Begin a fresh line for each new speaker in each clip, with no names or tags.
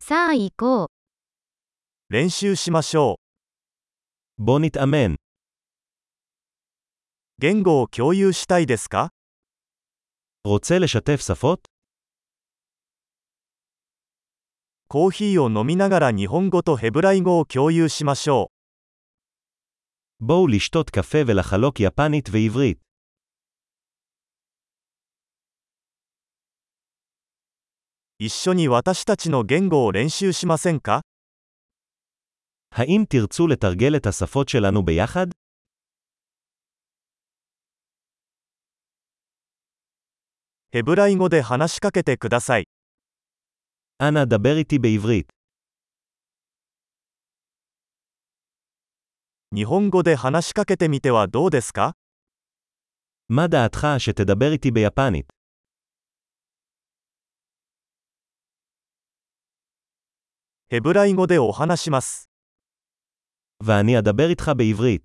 さあ行こう。
練習しましょう。בוא נתאמן。言語を共有したいですか
רוצה לשתף שפות?
コーヒーを飲みながら日本語とヘブライ語を共有しましょ
בואו לשתות קפה ולחלוק יפנית ועברית.
う。一緒に私たちの言語を練習しませんか
האם תרצו לתרגל את השפות שלנו ביחד?
ヘブライ語で話しかけてください。
אנא דבר איתי בעברית.
日本語で話しかけてみてはどうですか
מה דעתך שתדבר איתי ביפנית?
ヘブライ語でお話します。
ואני אדבר איתך בעברית.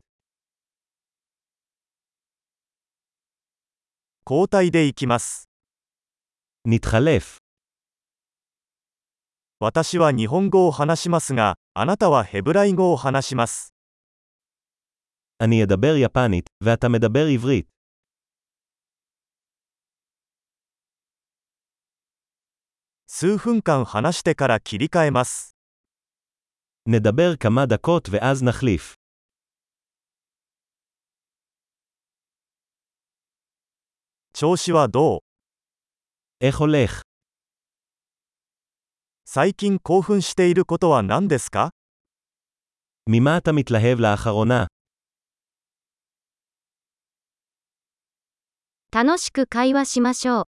交代でいきます。
נתחלף.
私は日本語を話しますが、あなたはヘブライ語を話します。
אני אדבר יפנית, ואתה מדבר עברית.
数分間話してから切り替えます。
נדבר כמה דקות ואז נחליף.
調子はどう
איך הולך?
最近興奮していることは何ですか
ממה אתה מתלהב לאחרונה?
楽しく会話しましょう。